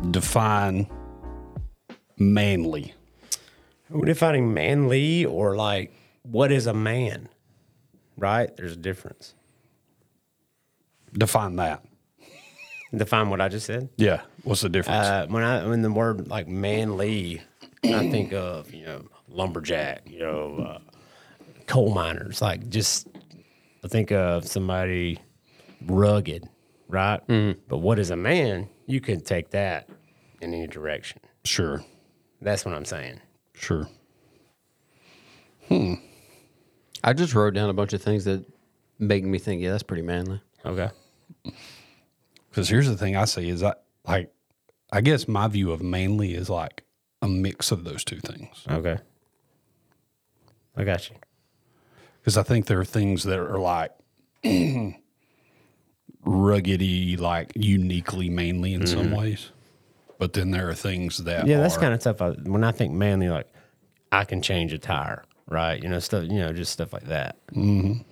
would define manly? We're defining manly or like what is a man, right? There's a difference. Define that. Define what I just said. Yeah. What's the difference? Uh, when I when the word like manly, I think of you know lumberjack, you know, uh, coal miners. Like just I think of somebody rugged, right? But what is a man? You can take that in any direction. sure. That's what I'm saying. Sure. I just wrote down a bunch of things that make me think, yeah, that's pretty manly. Okay. Because here's the thing I see is I like, I guess my view of manly is like a mix of those two things. Okay. I got you. Because I think there are things that are like ruggedy, like uniquely manly in some ways. But then there are things that Yeah, that's are- kind of tough. I, when I think manly, like I can change a tire, right? You know, stuff. You know, just stuff like that. Mm-hmm.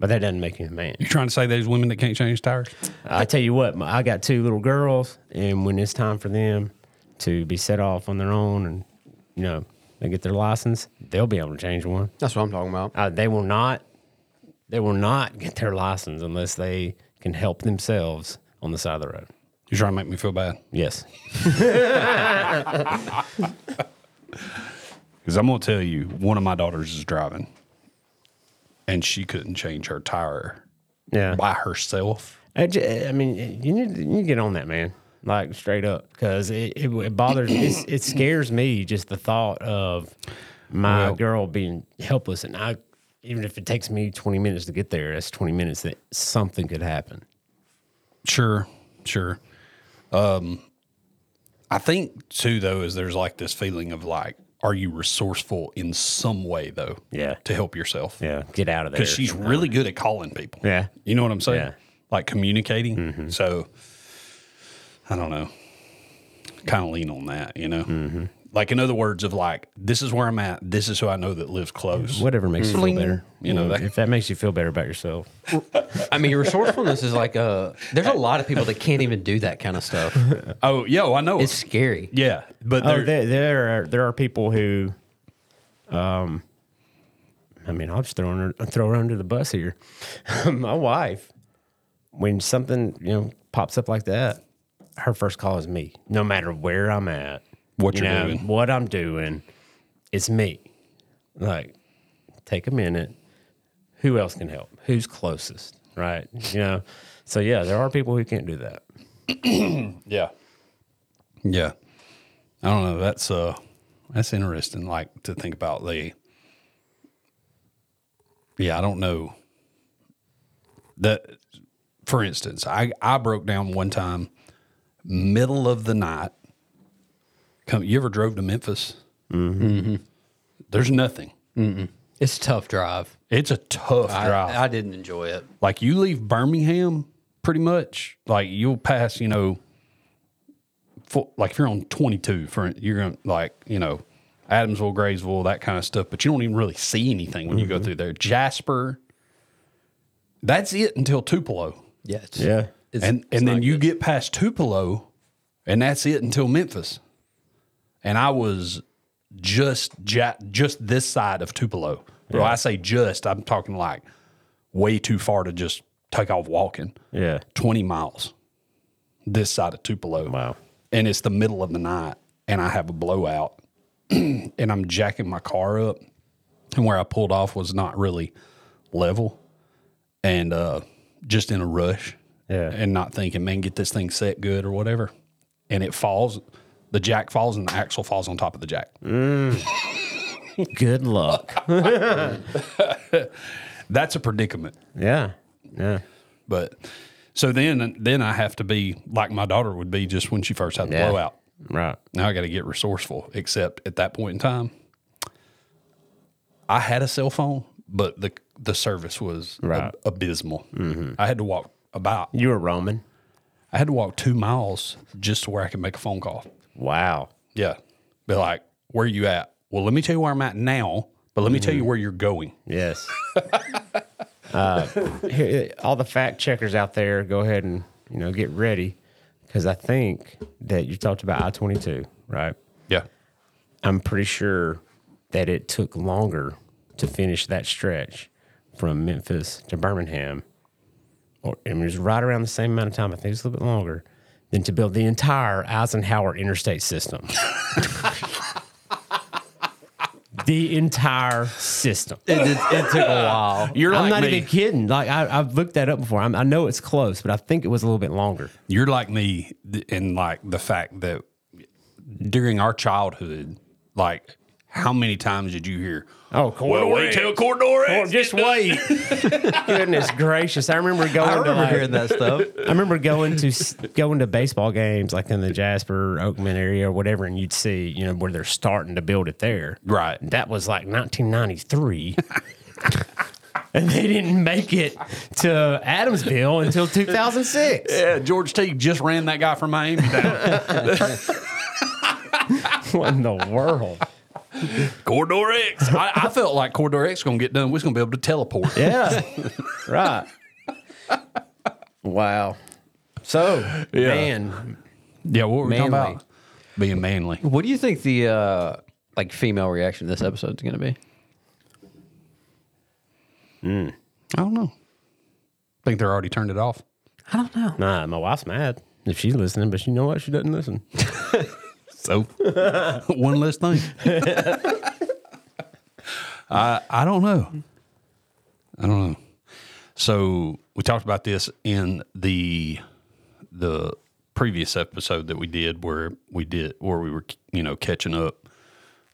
But that doesn't make you a man. You trying to say there's women that can't change tires? I tell you what, my, I got two little girls, and when it's time for them to be set off on their own, and you know, they get their license, they'll be able to change one. That's what I'm talking about. Uh, they will not. They will not get their license unless they can help themselves on the side of the road. You trying to make me feel bad? Yes. Because I'm gonna tell you, one of my daughters is driving, and she couldn't change her tire Yeah. by herself. I, ju- I mean, you need, you need to get on that, man. Like straight up, because it, it, it bothers it's, it scares me just the thought of my girl being helpless, and I even if it takes me twenty minutes to get there, that's twenty minutes that something could happen. Sure, sure. Um, I think too though is there's like this feeling of like, are you resourceful in some way though? Yeah. To help yourself. Yeah, get out of there. Because she's really good at calling people. Yeah. You know what I'm saying? Yeah. Mm-hmm. Like communicating. So I don't know. Kind of lean on that, you know. Mm-hmm. Like in other words, of like this is where I'm at. This is who I know that lives close. whatever makes you feel better. You know that- if that makes you feel better about yourself, I mean, resourcefulness is like a. There's a lot of people that can't even do that kind of stuff. Oh, yo, I know. It's scary. yeah, but Oh, there, there, there are there are people who, um, I mean, I'll just throw her throw her under the bus here. My wife, when something you know pops up like that, her first call is me, no matter where I'm at, What you you're doing. what I'm doing, it's me. Like, take a minute. Who else can help? Who's closest? Right? You know. So yeah, there are people who can't do that. yeah, yeah. I don't know. That's uh, that's interesting. Like to think about the. Yeah, I don't know. That, for instance, I I broke down one time, middle of the night. Come, you ever drove to Memphis? Mm-hmm. There's nothing. It's a tough drive. It's a tough I, drive. I didn't enjoy it. like you leave Birmingham pretty much like you'll pass you know fo like if you're on 22 for you're gonna like you know Adamsville Graysville that kind of stuff but you don't even really see anything when you go through there Jasper that's it until Tupelo Yeah. It's, It's, and it's and then not you good. get past Tupelo and that's it until Memphis and I was just ja- just this side of Tupelo. Well, I say just, I'm talking like way too far to just take off walking. Yeah. 20 miles this side of Tupelo. Wow. And it's the middle of the night and I have a blowout and I'm jacking my car up and where I pulled off was not really level and uh just in a rush. Yeah. And not thinking, man, get this thing set good or whatever. And it falls the jack falls and the axle falls on top of the jack. Good luck. That's a predicament. yeah. Yeah. But so then then I have to be like my daughter would be just when she first had the Yeah. blowout. Right. Now I got to get resourceful. Except at that point in time, I had a cell phone, but the the service was ab- Right. abysmal. I had to walk about. You were Roman. I had to walk two miles just to where I could make a phone call. Wow. Yeah, be like, "Where you at?" Well, let me tell you where I'm at now, but let me tell you where you're going. Yes. uh, here, all the fact checkers out there, go ahead and you know get ready because I think that you talked about I twenty two, right? Yeah. I'm pretty sure that it took longer to finish that stretch from Memphis to Birmingham, or I mean, it was right around the same amount of time. I think it's a little bit longer than to build the entire Eisenhower interstate system. the entire system. It, it, it took a while. You're I'm like not me. even kidding. Like I, I've looked that up before. I'm, I know it's close, but I think it was a little bit longer. You're like me th- in like the fact that during our childhood, like how many times did you hear? Oh, corridor Well, wait X. till corridor Oh, X. just wait. Goodness gracious! I remember going. I to remember like, hearing that stuff. I remember going to s- going to baseball games like in the Jasper, Oakman area or whatever, and you'd see you know where they're starting to build it there. Right. That was like 1993. And they didn't make it to Adamsville until 2006. Yeah, George T just ran that guy from Miami down. What in the world? corridor X. I, I felt like corridor X gonna get done. We're gonna be able to teleport. Yeah. right. Wow. So, man, Yeah, what were we Manly. talking about? Being manly. What do you think the uh, like female reaction to this episode is going to be? I don't know. I think they're already turned it off. I don't know. nah, my wife's mad if she's listening, but you know what? She doesn't listen. So one less thing. I I don't know. I don't know. So we talked about this in the the previous episode that we did where we did where we were you know catching up.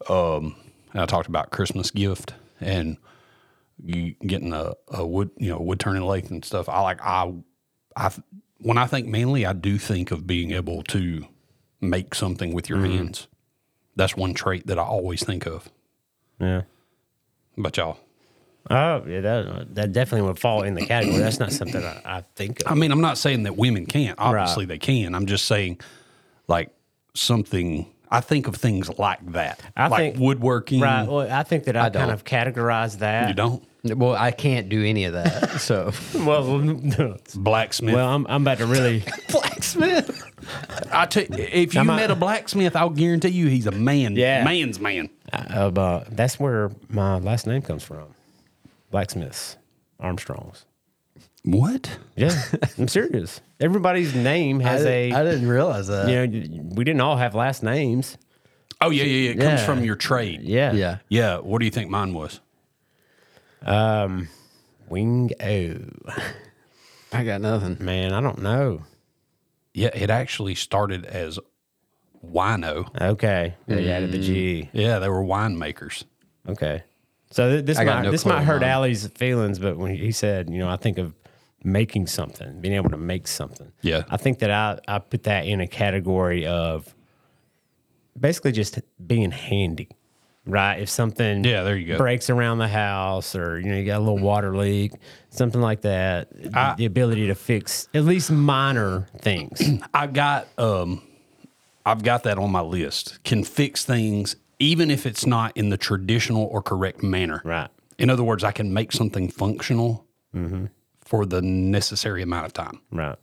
Um, and I talked about Christmas gift and you getting a, a wood you know wood turning lathe and stuff. I like I I when I think manly, I do think of being able to make something with your Mm-hmm. hands. That's one trait that I always think of. Yeah. But y'all, Oh, yeah, that, that definitely would fall in the category. That's not something I, I think I of. mean, I'm not saying that women can't. Obviously, they can. I'm just saying, like something. I think of things like that, I like think- woodworking. Right. Well, I think that I, don't. kind of categorize that. You don't Well, I can't do any of that. So Well, no. blacksmith. well, I'm, I'm about to really. blacksmith. I tell if you I'm a- met a blacksmith, I'll guarantee you he's a man. Yeah. man's man. Uh, but that's where my last name comes from Blacksmiths, Armstrongs. What? Yeah, I'm serious. Everybody's name has a. didn't realize that. you know, we didn't all have last names. Oh yeah, yeah, yeah. It comes Yeah. from your trade. Yeah. Yeah. Yeah. What do you think mine was? Wing O. I got nothing. Man, I don't know. Yeah, it actually started as wino. Okay. They added the G. Yeah, they were winemakers. Okay. So th- this I got might no this clue might hurt on mine. Allie's feelings, but when he said, you know, I think of making something, being able to make something. Yeah. I think that I, I put that in a category of basically just being handy. Right. If something Yeah, there you go. breaks around the house or you know, you got a little water leak, something like that. the ability to fix at least minor things. I've got um I've got that on my list. Can fix things even if it's not in the traditional or correct manner. right. Mm-hmm. In other words, I can make something functional for the necessary amount of time. Right.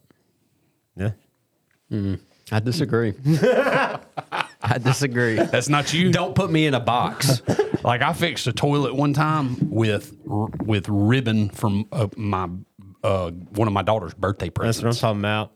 Yeah. I disagree. I disagree. That's not you. Don't put me in a box. Like I fixed a toilet one time with r- with ribbon from uh, my uh, one of my daughter's birthday presents. That's what I'm talking about.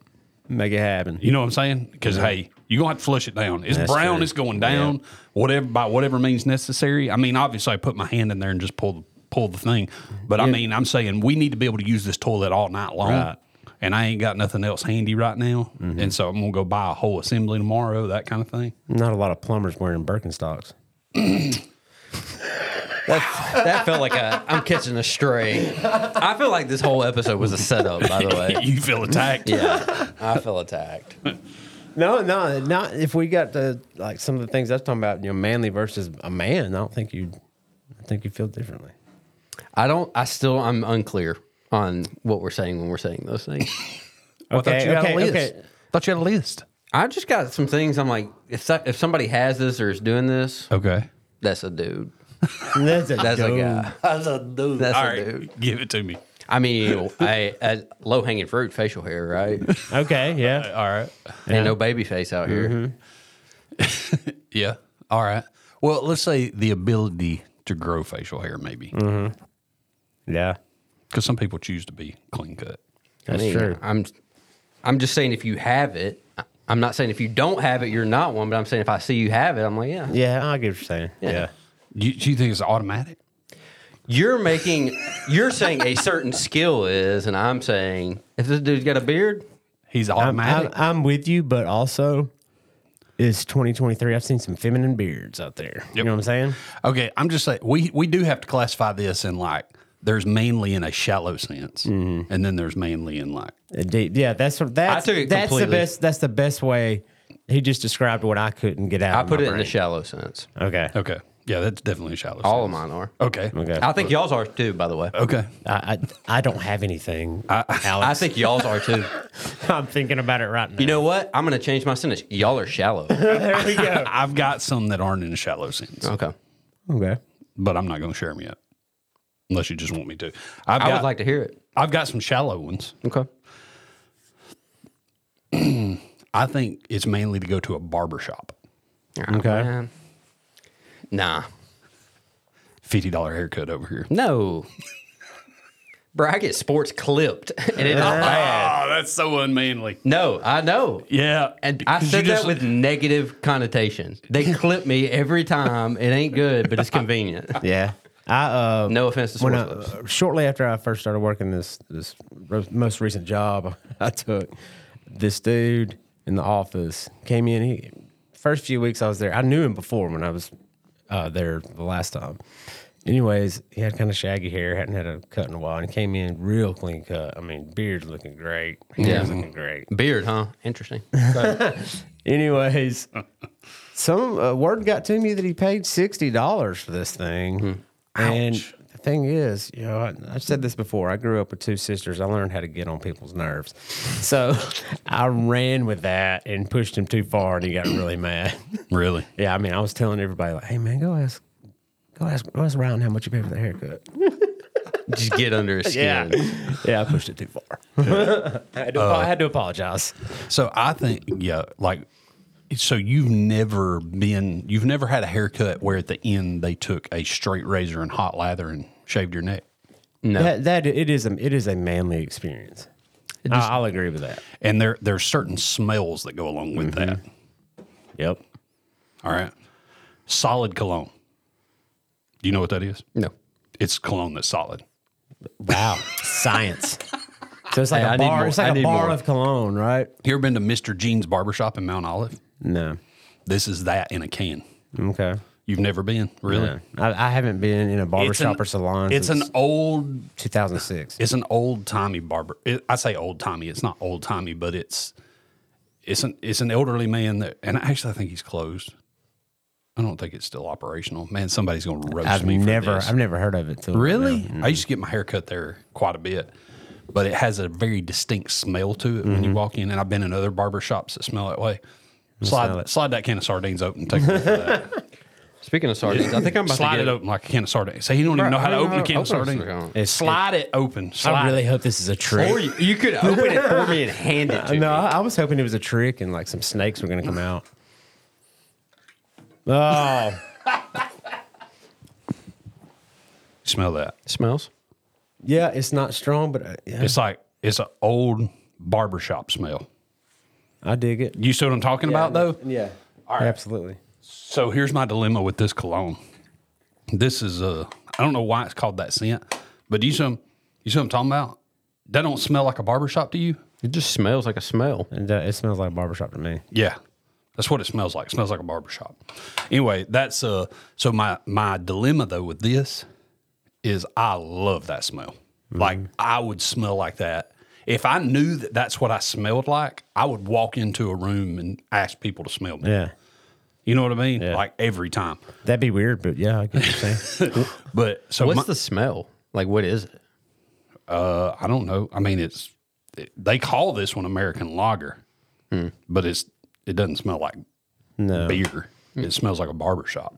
Make it happen. You know what I'm saying? Because hey, you gonna have to flush it down. It's That's brown. true. It's going down. Whatever by whatever means necessary. I mean, obviously, I put my hand in there and just pull the pull the thing. But I mean, I'm saying we need to be able to use this toilet all night long. Right. Mm-hmm. And I ain't got nothing else handy right now. And so I'm gonna go buy a whole assembly tomorrow. That kind of thing. Not a lot of plumbers wearing Birkenstocks. That, that felt like a, I'm catching a stray. I feel like this whole episode was a setup, by the way. you feel attacked? Yeah, I feel attacked. No, no, not if we got to like some of the things I was talking about, you know, manly versus a man. I don't think you, I think you feel differently. I don't. I still. I'm unclear on what we're saying when we're saying those things. I thought you had a list. okay. Thought you had a list. I just got some things. I'm like, if so, if somebody has this or is doing this, Okay. that's a dude. That's a, That's a dope- guy. That's a dude. That's All a right. dude. Give it to me. I mean, I, I low hanging fruit, facial hair, right? Okay, yeah. All right. Ain't no baby face out here. Yeah. All right. Well, let's say the ability to grow facial hair, maybe, because Mm-hmm. Yeah. some people choose to be clean cut. That's I mean, true. I'm, I'm just saying if you have it. I- I'm not saying if you don't have it, you're not one. But I'm saying if I see you have it, I'm like, yeah. Yeah, I get what you're saying. Yeah. Do you, do you think it's automatic? You're making, you're saying a certain skill is, and I'm saying if this dude's got a beard, He's I'm, I'm, automatic. I'm with you, but also it's 2023. I've seen some feminine beards out there. You know what I'm saying? okay, I'm just saying we we do have to classify this in like there's mainly in a shallow sense, Mm-hmm. and then there's mainly in like Indeed. Yeah, that's that's took it that's the completely. best that's the best way. He just described what I couldn't get out. I of put my it in the brain. shallow sense. Okay. okay, yeah, that's definitely a shallow. All of sense. mine are. Okay. Okay. I think y'all's are too, by the way. Okay. I, I I don't have anything. I think y'all's are too. I'm thinking about it right now. You know what? I'm gonna change my sentence. Y'all are shallow. there we go. I've got some that aren't in a shallow sense, Okay. okay. but I'm not going to share them yet, unless you just want me to. I've I got would like to hear it. I've got some shallow ones. Okay. I think it's mainly to go to a barber shop. Okay. Um, Nah. Fifty dollar haircut over here. No. Bro, I get sports clipped, and it's bad. Oh, that's so unmanly. No, I know. Yeah, And I 'Cause said you that just- with negative connotation. They clip me every time. It ain't good, but it's convenient. Yeah. I uh No offense to when sports I, clips. uh, shortly after I first started working this this ro- most recent job I took, this dude in the office came in. He first few weeks I was there. I knew him before when I was uh, there the last time. Anyways, he had kind of shaggy hair, hadn't had a cut in a while, and he came in real clean cut. I mean, beard looking great, hair's looking great. Beard, huh? Interesting. Anyways, some uh, word got to me that he paid sixty dollars for this thing, and the thing is, you know, I, I've said this before. I grew up with two sisters. I learned how to get on people's nerves, so I ran with that and pushed him too far, and he got really mad. really. yeah, I mean, I was telling everybody like, "Hey, man, go ask, go ask, go ask Ryan how much you paid for the haircut." Just get under his skin. yeah, I pushed it too far. Uh, I, had to, I had to apologize. So I think yeah, like so you've never been you've never had a haircut where at the end they took a straight razor and hot lather and shaved your neck. No. That, that it is a it is a manly experience. I- I'll agree with that. And there there's certain smells that go along with that. Yep. All right. Solid cologne. Do you know what that is? No. It's cologne that's solid. Wow. Science. So it's like Hey, a I need bar. more. It's I like a need bar more. of cologne, right? You ever been to Mr. Jean's barbershop in Mount Olive? No. This is that in a can. Okay. You've never been, really? No. I, I haven't been in a barber It's an- shop or salon. It's an since old 2006. it's an old timey barber. It, I say old timey. It's not old timey, but it's it's an it's an elderly man that, and actually I think he's closed. I don't think it's still operational. Man, somebody's going to roast I've me. for never, this. I've never heard of it. Till really. I used to get my hair cut there quite a bit, but it has a very distinct smell to it when Mm-hmm. you walk in. And I've been in other barber shops that smell that way. smell Slide it. slide that can of sardines open. and Take a look at that. Speaking of sardines, I think I'm about slide to it get open like a can of sardines. So he don't even Right, know how I to don't open know a can how of to open a sardines. sardine. slide it open. Slide. I really hope this is a trick. Or you, you could open it for me and hand it to me. no, I I was hoping it was a trick and like some snakes were going to come out. Oh, Smell that. Smells. yeah, it's not strong, but uh, yeah, It's like it's an old barbershop smell. I dig it. You see what I'm talking about, though? Yeah. Absolutely. So here's my dilemma with this cologne. This is a I don't know why it's called that scent, but do you see what I'm- you see what I'm talking about? That don't smell like a barbershop to you? It just smells like a smell. And uh, it smells like a barbershop to me. Yeah. That's what it smells like. It smells like a barbershop. Anyway, that's uh so my my dilemma though with this is I love that smell. Mm-hmm. Like I would smell like that. If I knew that that's what I smelled like, I would walk into a room and ask people to smell me. Yeah. You know what I mean? Like every time. That'd be weird, but yeah, I get what you're saying. But so What's my- the smell? Like, what is it? uh, I don't know. I mean, it's they call this one American lager, but it's it doesn't smell like Hmm. No. beer. It smells like a barber shop.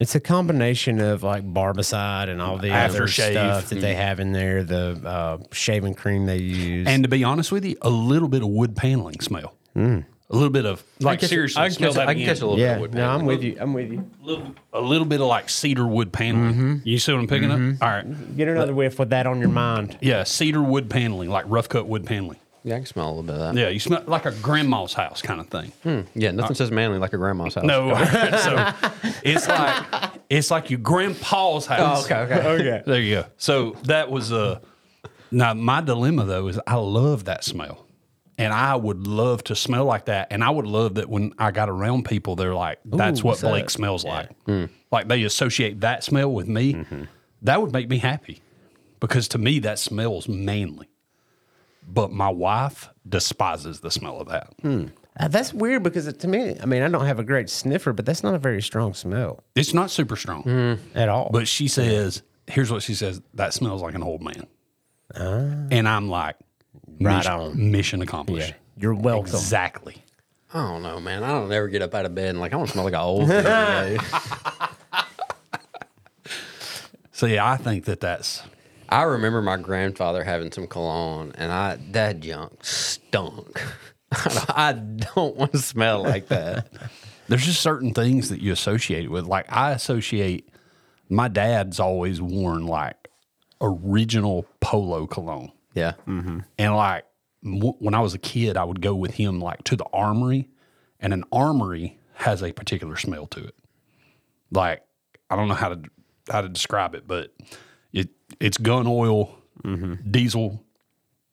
It's a combination of like barbicide and all the other Aftershave. stuff that they have in there, the uh, shaving cream they use. And to be honest with you, a little bit of wood paneling smell. Mm. A little bit of like catch it- seriously, I can smell catch it- that I can again. catch a little bit yeah, of wood no, I'm with you. I'm with you. little, a little bit of like cedar wood paneling. Mm-hmm. You see what I'm picking up? All right. Get another whiff with that on your mind. Yeah, cedar wood paneling, like rough cut wood paneling. Yeah, I can smell a little bit of that. Hmm. Yeah, you smell like a grandma's house kind of thing. Yeah, nothing says manly like a grandma's house. Uh, No, so it's like it's like your grandpa's house. Oh, okay, okay. Okay. There you go. So that was uh now my dilemma though is I love that smell. And I would love to smell like that. And I would love that when I got around people, they're like, that's Ooh, what what's that?" Hmm. Blake smells like. Like they associate that smell with me. Mm-hmm. That would make me happy because to me, that smells manly. But my wife despises the smell of that. Uh, that's weird because it, to me, I mean, I don't have a great sniffer, but that's not a very strong smell It's not super strong, at all. but she says, here's what she says that smells like an old man. and I'm like, Ah. Right mission, on. mission accomplished. You're welcome. Exactly. I don't know, man. I don't ever get up out of bed and like I want to smell like an old. man every day. So yeah, I think that that's I remember my grandfather having some cologne, and I that junk stunk. I don't- I don't want to smell like that. there's just certain things that you associate it with. Like I associate my dad's always worn like original polo cologne, Yeah, Mm-hmm. and like w- when I was a kid, I would go with him like to the armory, and an armory has a particular smell to it. Like I don't know how to how to describe it, but it it's gun oil, Mm-hmm. diesel,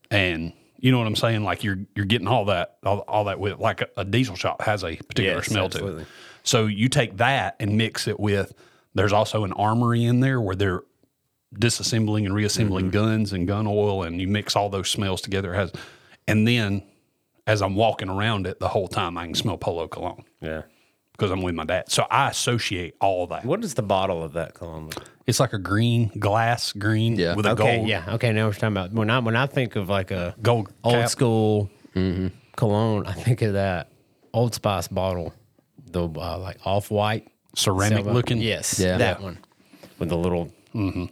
and you know what I'm saying. Like you're you're getting all that all, all that with like a, a diesel shop has a particular Yes, smell to absolutely. it. So you take that and mix it with. There's also an armory in there where they're disassembling and reassembling guns and gun oil, and you mix all those smells together. It has, and then as I'm walking around it the whole time, I can smell Polo cologne yeah. because I'm with my dad. So I associate all that. What is the bottle of that cologne? look like? It's like a green glass green Yeah. with a Okay, gold yeah, okay. Now we're talking about when I when I think of like a gold old cap. school Mm-hmm. cologne, I think of that Old Spice bottle, the uh, like off white ceramic looking. Mm-hmm. Yes, Yeah. that Yeah. one with the little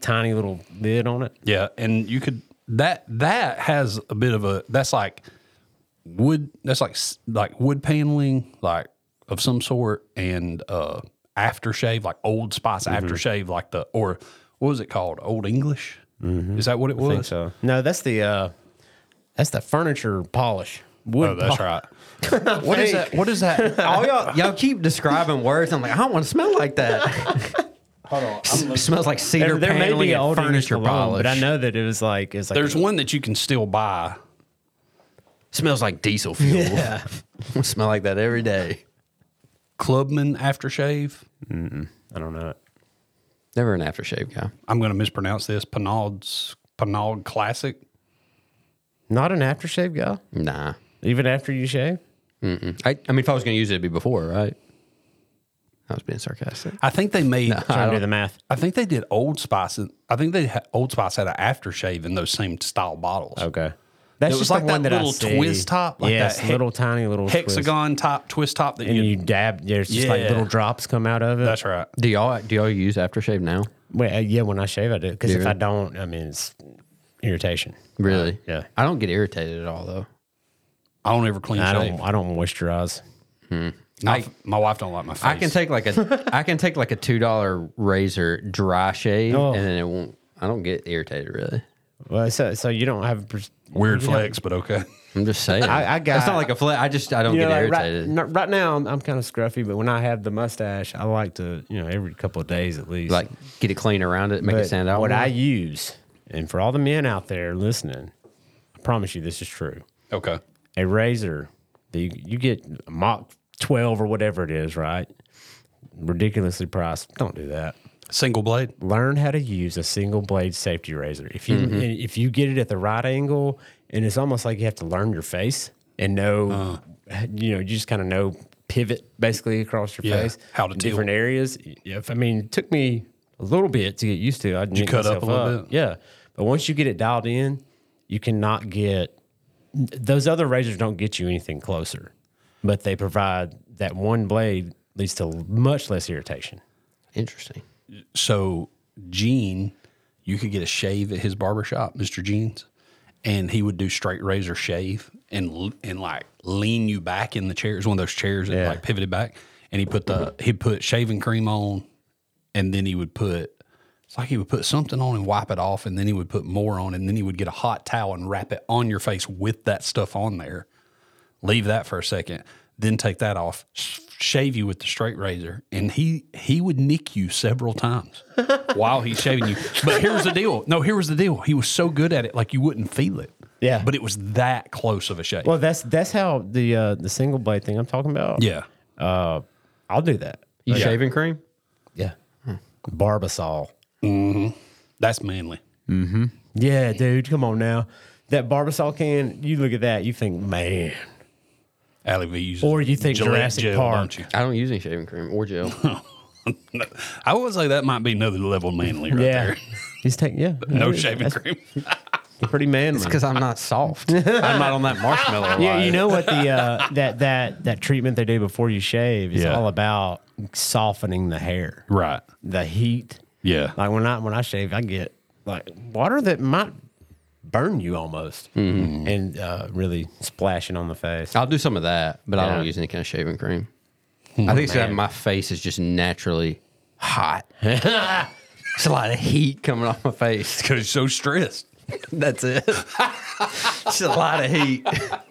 tiny little lid on it. Yeah, and you could that that has a bit of a that's like wood that's like s- like wood paneling like of some sort and uh aftershave like old spice aftershave like the or what was it called old english is that what it was So no, that's the uh, that's the furniture polish. Wood oh that's pol- right What is that? What is that? All y'all, y'all keep describing words. I'm like, I don't want to smell like that. Hold on. smells like cedar There, there may paneling be an and old furniture polish. but I know that it was like it's like there's one that you can still buy smells like diesel fuel. Yeah. smell like that every day. clubman aftershave I don't know. Never an aftershave guy. i'm going to mispronounce this panald's panald classic Not an aftershave guy, Nah. even after you shave. I, I mean, if I was going to use it, it'd be before, right? I was being sarcastic. i think they made Trying to do the math. I think they did Old Spice. and- I think they had, Old Spice had an aftershave in those same style bottles. Okay, that's It was just like the one that that I little see. twist top, like yes, that hex- little tiny little twist. Hexagon top twist top that you, and you dab. There's just like Yeah. little drops come out of it. That's right. Do y'all do y'all use aftershave now? Wait, uh, yeah, when I shave, I do because if Yeah. I don't, I mean it's irritation. Really? yeah. I don't get irritated at all though. I don't ever clean I shave. don't. I don't moisturize. My, f- my wife don't like my face. I can take like a I can take like a two dollar razor dry shave Oh. and then it won't. I don't get irritated really. Well, so so you don't have. a pers- weird flex, but okay. I'm just saying. I- I That's got- not like a flat. I just I don't You get know, like, right, irritated. Like, n- right now I'm, I'm kind of scruffy, but when I have the mustache, I like to you know every couple of days at least get it clean around it, make But it stand out. What more. I use, and for all the men out there listening, I promise you this is true. Okay. a razor that you, you get a Mach 12 or whatever it is, right? Ridiculously priced. Don't do that. Single blade. Learn how to use a single blade safety razor. If you Mm-hmm. and if you get it at the right angle, and it's almost like you have to learn your face and know, Uh. you know, you just kind of know pivot basically across your Yeah, face, how to deal. different areas. If I mean, it took me a little bit to get used to. I you cut up a little bit? yeah. But once you get it dialed in, you cannot get those other razors don't get you anything closer, but they provide that one blade leads to much less irritation. Interesting. so Gene, you could get a shave at his barber shop, Mr. Gene's, and he would do straight razor shave and l- and like lean you back in the chair. It's one of those chairs that like pivoted back, and he put the he put shaving cream on, and then he would put. It's like he would put something on and wipe it off, and then he would put more on, and then he would get a hot towel and wrap it on your face with that stuff on there. Leave that for a second, then take that off, sh- shave you with the straight razor, and he he would nick you several times while he's shaving you. But here's the deal. No, here was the deal. He was so good at it, like you wouldn't feel it. Yeah. But it was that close of a shave. Well, that's that's how the uh, the single blade thing I'm talking about. yeah. Uh, I'll do that. You shaving cream? Yeah. Barbasol. That's manly. Yeah, dude. Come on now. That Barbasol can, you look at that, you think, man. Allie V uses Or you think Gillette Jurassic gel, Park. don't you? I don't use any shaving cream or gel. I would say that might be another level of manly right Yeah. there. He's taking, yeah. No that is- shaving that's cream. Pretty manly. Because I'm not soft. I'm not on that marshmallow. Yeah, you ride. know what the uh, that that that treatment they do before you shave is Yeah. all about softening the hair, Right. the heat. Yeah. Like when I when I shave, I get like water that might burn you almost, and uh, really splashing on the face. I'll do some of that, but I Yeah. Oh, don't use any kind of shaving cream. I think it's that my face is just naturally hot. it's a lot of heat coming off my face. Because so stressed. That's it. it's a lot of heat. I,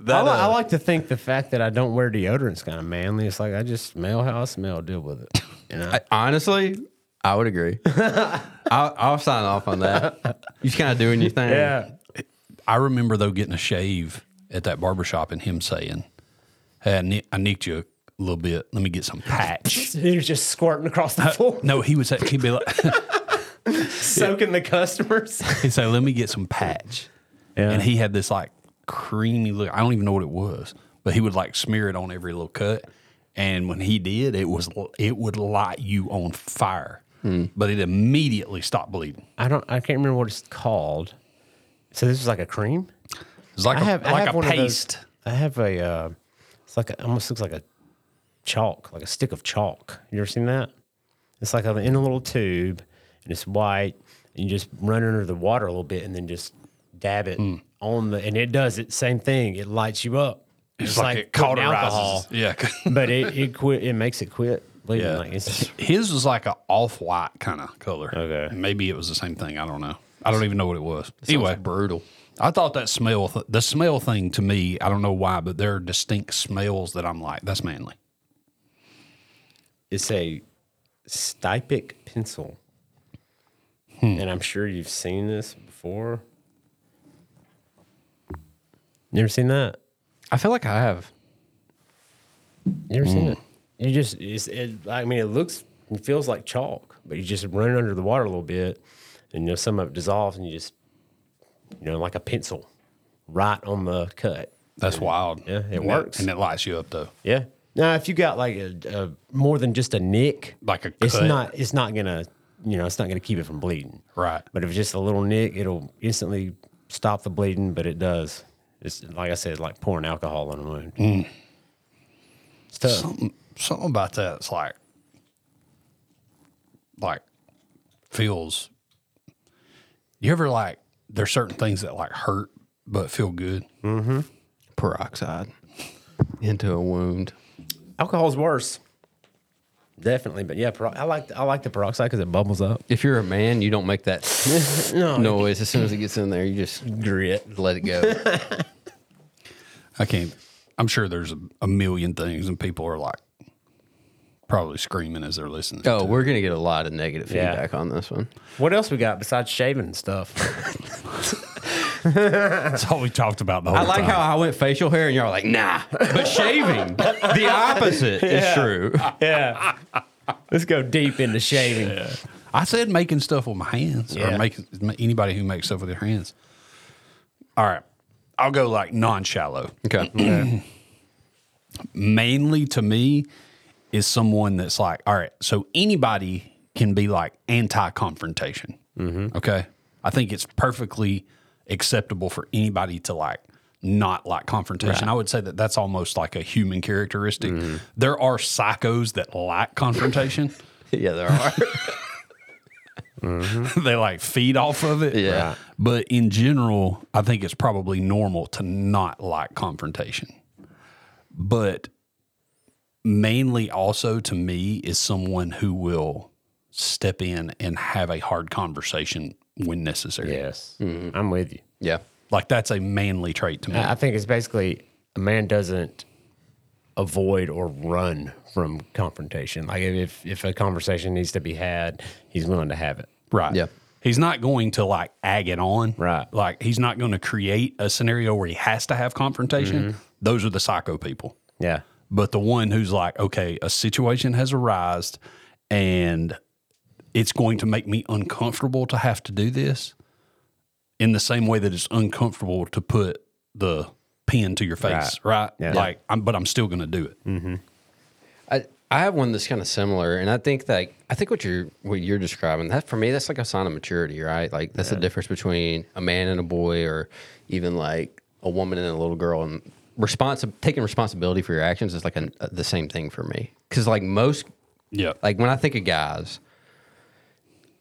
That, li- uh, I like to think the fact that I don't wear deodorant's kind of manly. It's like I just smell how I smell, deal with it. You know, Honestly, I would agree. I'll, I'll sign off on that. You kind of doing your thing. I remember though getting a shave at that barber shop and him saying, "Hey, I, ni- I nicked you a little bit. Let me get some patch." he was just squirting across the floor, no, he was. He'd be like, soaking the customers. he'd say, "Let me get some patch," Yeah. and he had this like creamy look. I don't even know what it was, but he would like smear it on every little cut. And when he did, it was it would light you on fire, Hmm. but it immediately stopped bleeding. I don't. I can't remember what it's called. So this is like a cream. It's like I a- have I like have a one of those- paste. I have a. Uh, it's like a, almost looks like a chalk, like a stick of chalk. You ever seen that? It's like a, in a little tube, and it's white, and you just run under the water a little bit, and then just dab it Mm. on the, and it does it. Same thing. It lights you up. It's, like, it putting cauterizes. alcohol, Yeah. but it it quit. It makes it quit. Bleeding. Yeah. Like it's, His was like a off white kind of color. Okay. Maybe it was the same thing. I don't know. I don't even know what it was. Anyway, Anyway, brutal. I thought that smell, th- the smell thing to me, I don't know why, but there are distinct smells that I'm like, that's manly. It's a Stypic pencil. And I'm sure you've seen this before. You ever seen that? I feel like I have. You ever seen it? You just, it's, it, I mean, it looks, it feels like chalk, but you just run it under the water a little bit and, you know, some of it dissolves and you just, you know, like a pencil right on the cut. That's wild. Yeah, it And works. and it lights you up though. Yeah. Now, if you got like a, a more than just a nick, Like a it's cut. not it's not gonna you know it's not gonna keep it from bleeding. Right. But if it's just a little nick, it'll instantly stop the bleeding. But it does. It's like I said, like pouring alcohol on a wound. It's tough. Something, something about that. It's like, like feels, you ever like, there's certain things that like hurt, but feel good. Peroxide into a wound. Alcohol's worse. Definitely, but yeah, pero- I like I like the peroxide because it bubbles up. If you're a man, you don't make that noise. As soon as it gets in there, you just Grit. let it go. I can't. I'm sure there's a, a million things, and people are like probably screaming as they're listening. Oh, we're gonna get a lot of negative Yeah. feedback on this one. What else we got besides shaving and stuff? That's all we talked about the whole I like how I went facial hair, and y'all are like, "Nah," but shaving, the opposite is true. yeah, let's go deep into shaving. I said making stuff with my hands, Yeah. or making anybody who makes stuff with their hands. All right, I'll go like non-shallow. Okay, Mainly to me is someone that's like, all right, so anybody can be like anti-confrontation. Okay, I think it's perfectly acceptable for anybody to like not like confrontation. I would say that that's almost like a human characteristic. There are psychos that like confrontation. yeah, there are. they like feed off of it. Yeah. Right. But in general, I think it's probably normal to not like confrontation. But mainly also to me is someone who will step in and have a hard conversation when necessary. Yes, I'm with you. yeah. Like that's a manly trait to me. I I think it's basically a man doesn't avoid or run from confrontation. Like if if a conversation needs to be had, he's willing to have it. Right. Yeah. He's not going to like ag it on. Right. Like he's not going to create a scenario where he has to have confrontation. Mm-hmm. Those are the psycho people. Yeah. But the one who's like, okay, a situation has arisen and it's going to make me uncomfortable to have to do this in the same way that it's uncomfortable to put the pin to your face, right? Yeah. Like, I'm, but I'm still going to do it. I, I have one that's kind of similar, and I think that I think what you're what you're describing that for me that's like a sign of maturity, right? Like that's the difference between a man and a boy, or even like a woman and a little girl, and response taking responsibility for your actions is like an, the same thing for me. Because like most Yeah. like when I think of guys,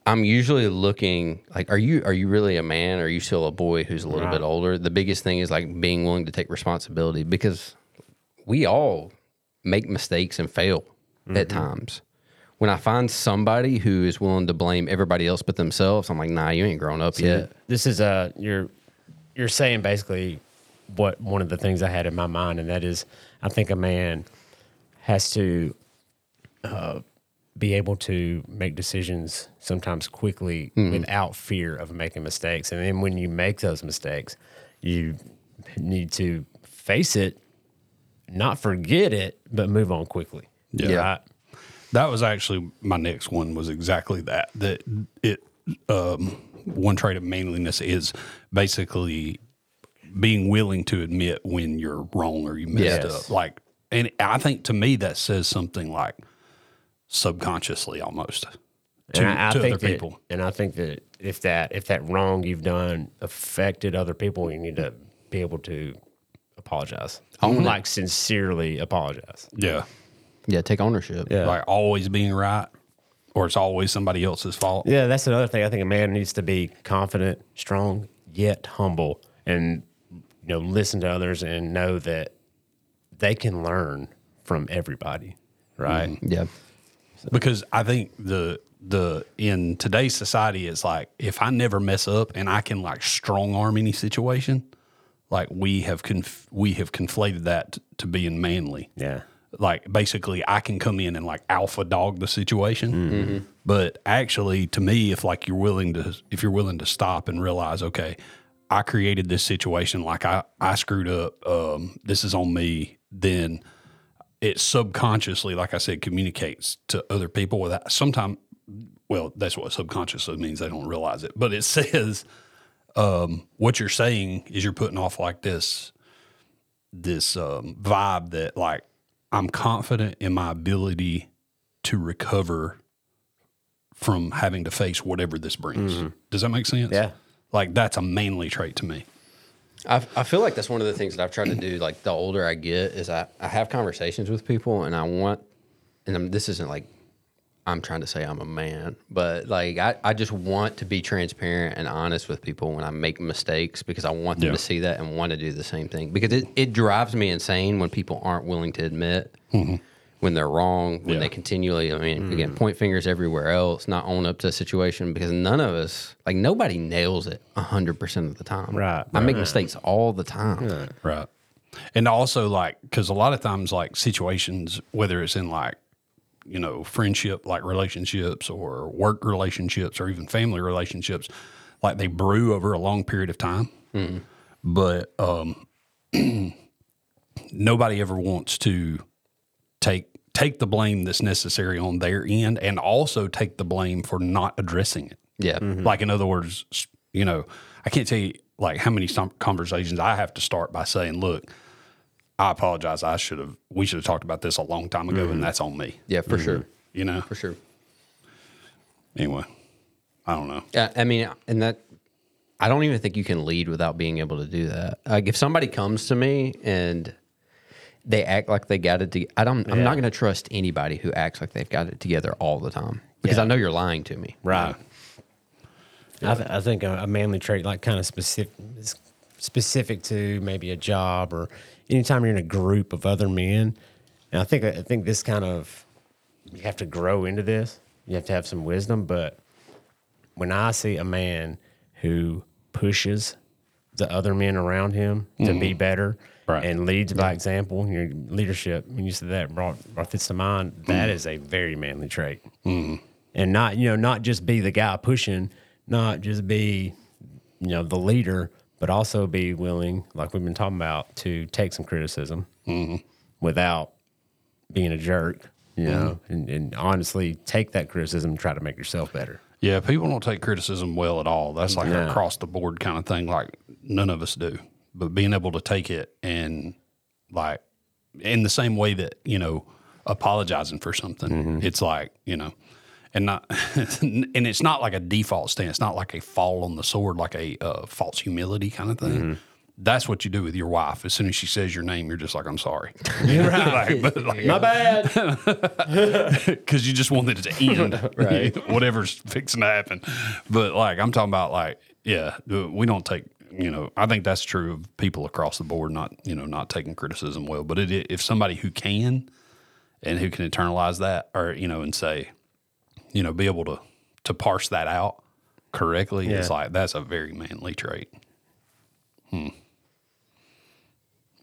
I'm usually looking like, are you are you really a man? Or are you still a boy who's a little bit older? The biggest thing is like being willing to take responsibility because we all make mistakes and fail at times. When I find somebody who is willing to blame everybody else but themselves, I'm like, nah, you ain't grown up yet. This is a you're you're saying basically what one of the things I had in my mind, and that is I think a man has to uh, be able to make decisions sometimes quickly without fear of making mistakes, and then when you make those mistakes, you need to face it, not forget it, but move on quickly. Yeah. Right? That was actually my next one was exactly that. That it um, one trait of manliness is basically being willing to admit when you're wrong or you messed Yes. up. Like, and I think to me that says something like subconsciously almost to, and I, I to think other that- people. And I think that if that if that wrong you've done affected other people, you need to be able to apologize. I want like sincerely apologize. Yeah. Yeah, take ownership. Yeah. like always being right, or it's always somebody else's fault. Yeah, that's another thing. I think a man needs to be confident, strong, yet humble, and you know, listen to others and know that they can learn from everybody. Right. Yeah. because I think the the in today's society it's like if I never mess up and I can like strong arm any situation, like we have conf- we have conflated that t- to being manly. Yeah. Like basically, I can come in and like alpha dog the situation, but actually, to me, if like you're willing to if you're willing to stop and realize, okay, I created this situation, like I I screwed up, um, this is on me, then it subconsciously, like I said, communicates to other people without sometimes. Well, that's what subconsciously means. They don't realize it, but it says um, what you're saying is you're putting off like this, this um, vibe that like I'm confident in my ability to recover from having to face whatever this brings. Does that make sense? Yeah. Like that's a manly trait to me. I, I feel like that's one of the things that I've tried to do. Like the older I get, is I, I have conversations with people, and I want, and I'm, this isn't like I'm trying to say I'm a man, but like I, I just want to be transparent and honest with people when I make mistakes because I want them Yeah. to see that and want to do the same thing because it, it drives me insane when people aren't willing to admit when they're wrong, when Mm-hmm. Yeah. Mm-hmm. they continually, I mean, again, point fingers everywhere else, not own up to a situation because none of us, like nobody nails it 100% of the time. Right, I make mistakes all the time. Right. And also, like, because a lot of times, like, situations, whether it's in like, you know, friendship, like relationships or work relationships or even family relationships, like they brew over a long period of time. But um, nobody ever wants to take take the blame that's necessary on their end and also take the blame for not addressing it. Yeah. Like, in other words, you know, I can't tell you like how many some conversations I have to start by saying, look, I apologize. I should have, we should have talked about this a long time ago, and that's on me, Yeah, for sure. you know? For sure. Anyway, I don't know. Yeah, I mean, and that I don't even think you can lead without being able to do that. Like if somebody comes to me and they act like they got it, to, I don't. I'm not going to trust anybody who acts like they've got it together all the time because I know you're lying to me. Right. I, th- I think a, a manly trait, like kind of specific, is specific to maybe a job or anytime you're in a group of other men. And I think I think this kind of you have to grow into this. You have to have some wisdom. But when I see a man who pushes the other men around him to be better Right. and leads by example, your leadership. When you said that, brought brought this to mind. That is a very manly trait Mm-hmm. and not you know not just be the guy pushing, not just be you know the leader, but also be willing, like we've been talking about, to take some criticism without being a jerk. You know, and, and honestly take that criticism and try to make yourself better. Yeah, people don't take criticism well at all. That's like No. a cross the board kind of thing. Like none of us do, but being able to take it and like in the same way that you know apologizing for something, it's like you know, and not and it's not like a default stance. It's not like a fall on the sword, like a uh, false humility kind of thing. That's what you do with your wife. As soon as she says your name, you're just like, "I'm sorry," Like, but, like, My bad. because you just wanted it to end, Right. Whatever's fixing to happen. But like I'm talking about, like yeah, we don't take. You know, I think that's true of people across the board. Not you know not taking criticism well, but it, if somebody who can and who can internalize that, or you know, and say, you know, be able to to parse that out correctly, it's Yeah. like that's a very manly trait. Hmm.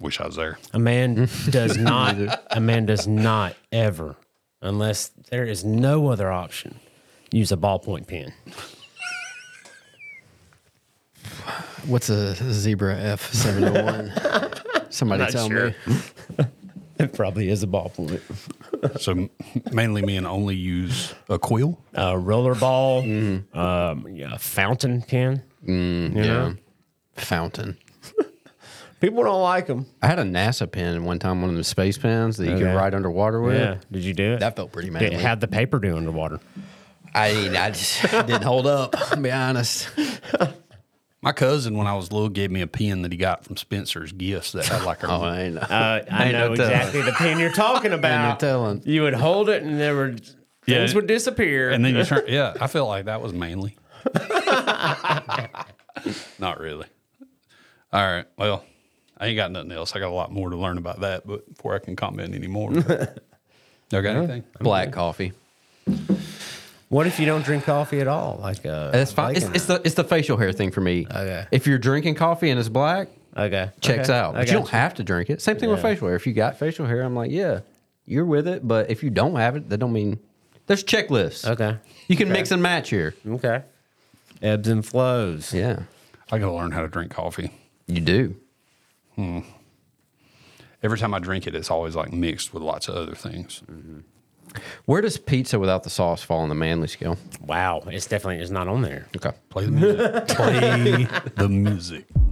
Wish I was there. A man does not. a man does not ever, unless there is no other option, use a ballpoint pen. What's a zebra F seven hundred one? Somebody tell me. It probably is a ballpoint. So mainly men only use a quill. a roller ball, um, yeah, a fountain pen. you know? Fountain. People don't like them. I had a NASA pen one time, one of them space pens that you could Okay. ride underwater with. Yeah. Did you do it? That felt pretty Did it manly. have the paper do underwater? I mean, I just didn't hold up. I'll be honest. My cousin, when I was little, gave me a pen that he got from Spencer's Gifts that had like a. Oh, I know. Uh, I Ain't no know telling. exactly the pen you're talking about. telling. You would hold it, and there were Yeah. things would disappear. and then you turn. Yeah, I felt like that was mainly. Not really. All right. Well, I ain't got nothing else. I got a lot more to learn about that, but before I can comment anymore. Y'all got anything? Black coffee. what if you don't drink coffee at all? Like uh, That's fine. It's, bacon? it's the it's the facial hair thing for me. Okay. If you're drinking coffee and it's black, okay. checks Okay. out. I But you got don't have to drink it. Same thing with Yeah. facial hair. If you got facial hair, I'm like, yeah, you're with it. But if you don't have it, that don't mean there's checklists. Okay. You can mix and match here. Okay. Ebbs and flows. Yeah. I got to learn how to drink coffee. You do. Every time I drink it, it's always like mixed with lots of other things. Where does pizza without the sauce fall on the manly scale? Wow. It's definitely it's not on there. Okay. Play the music. Play the music.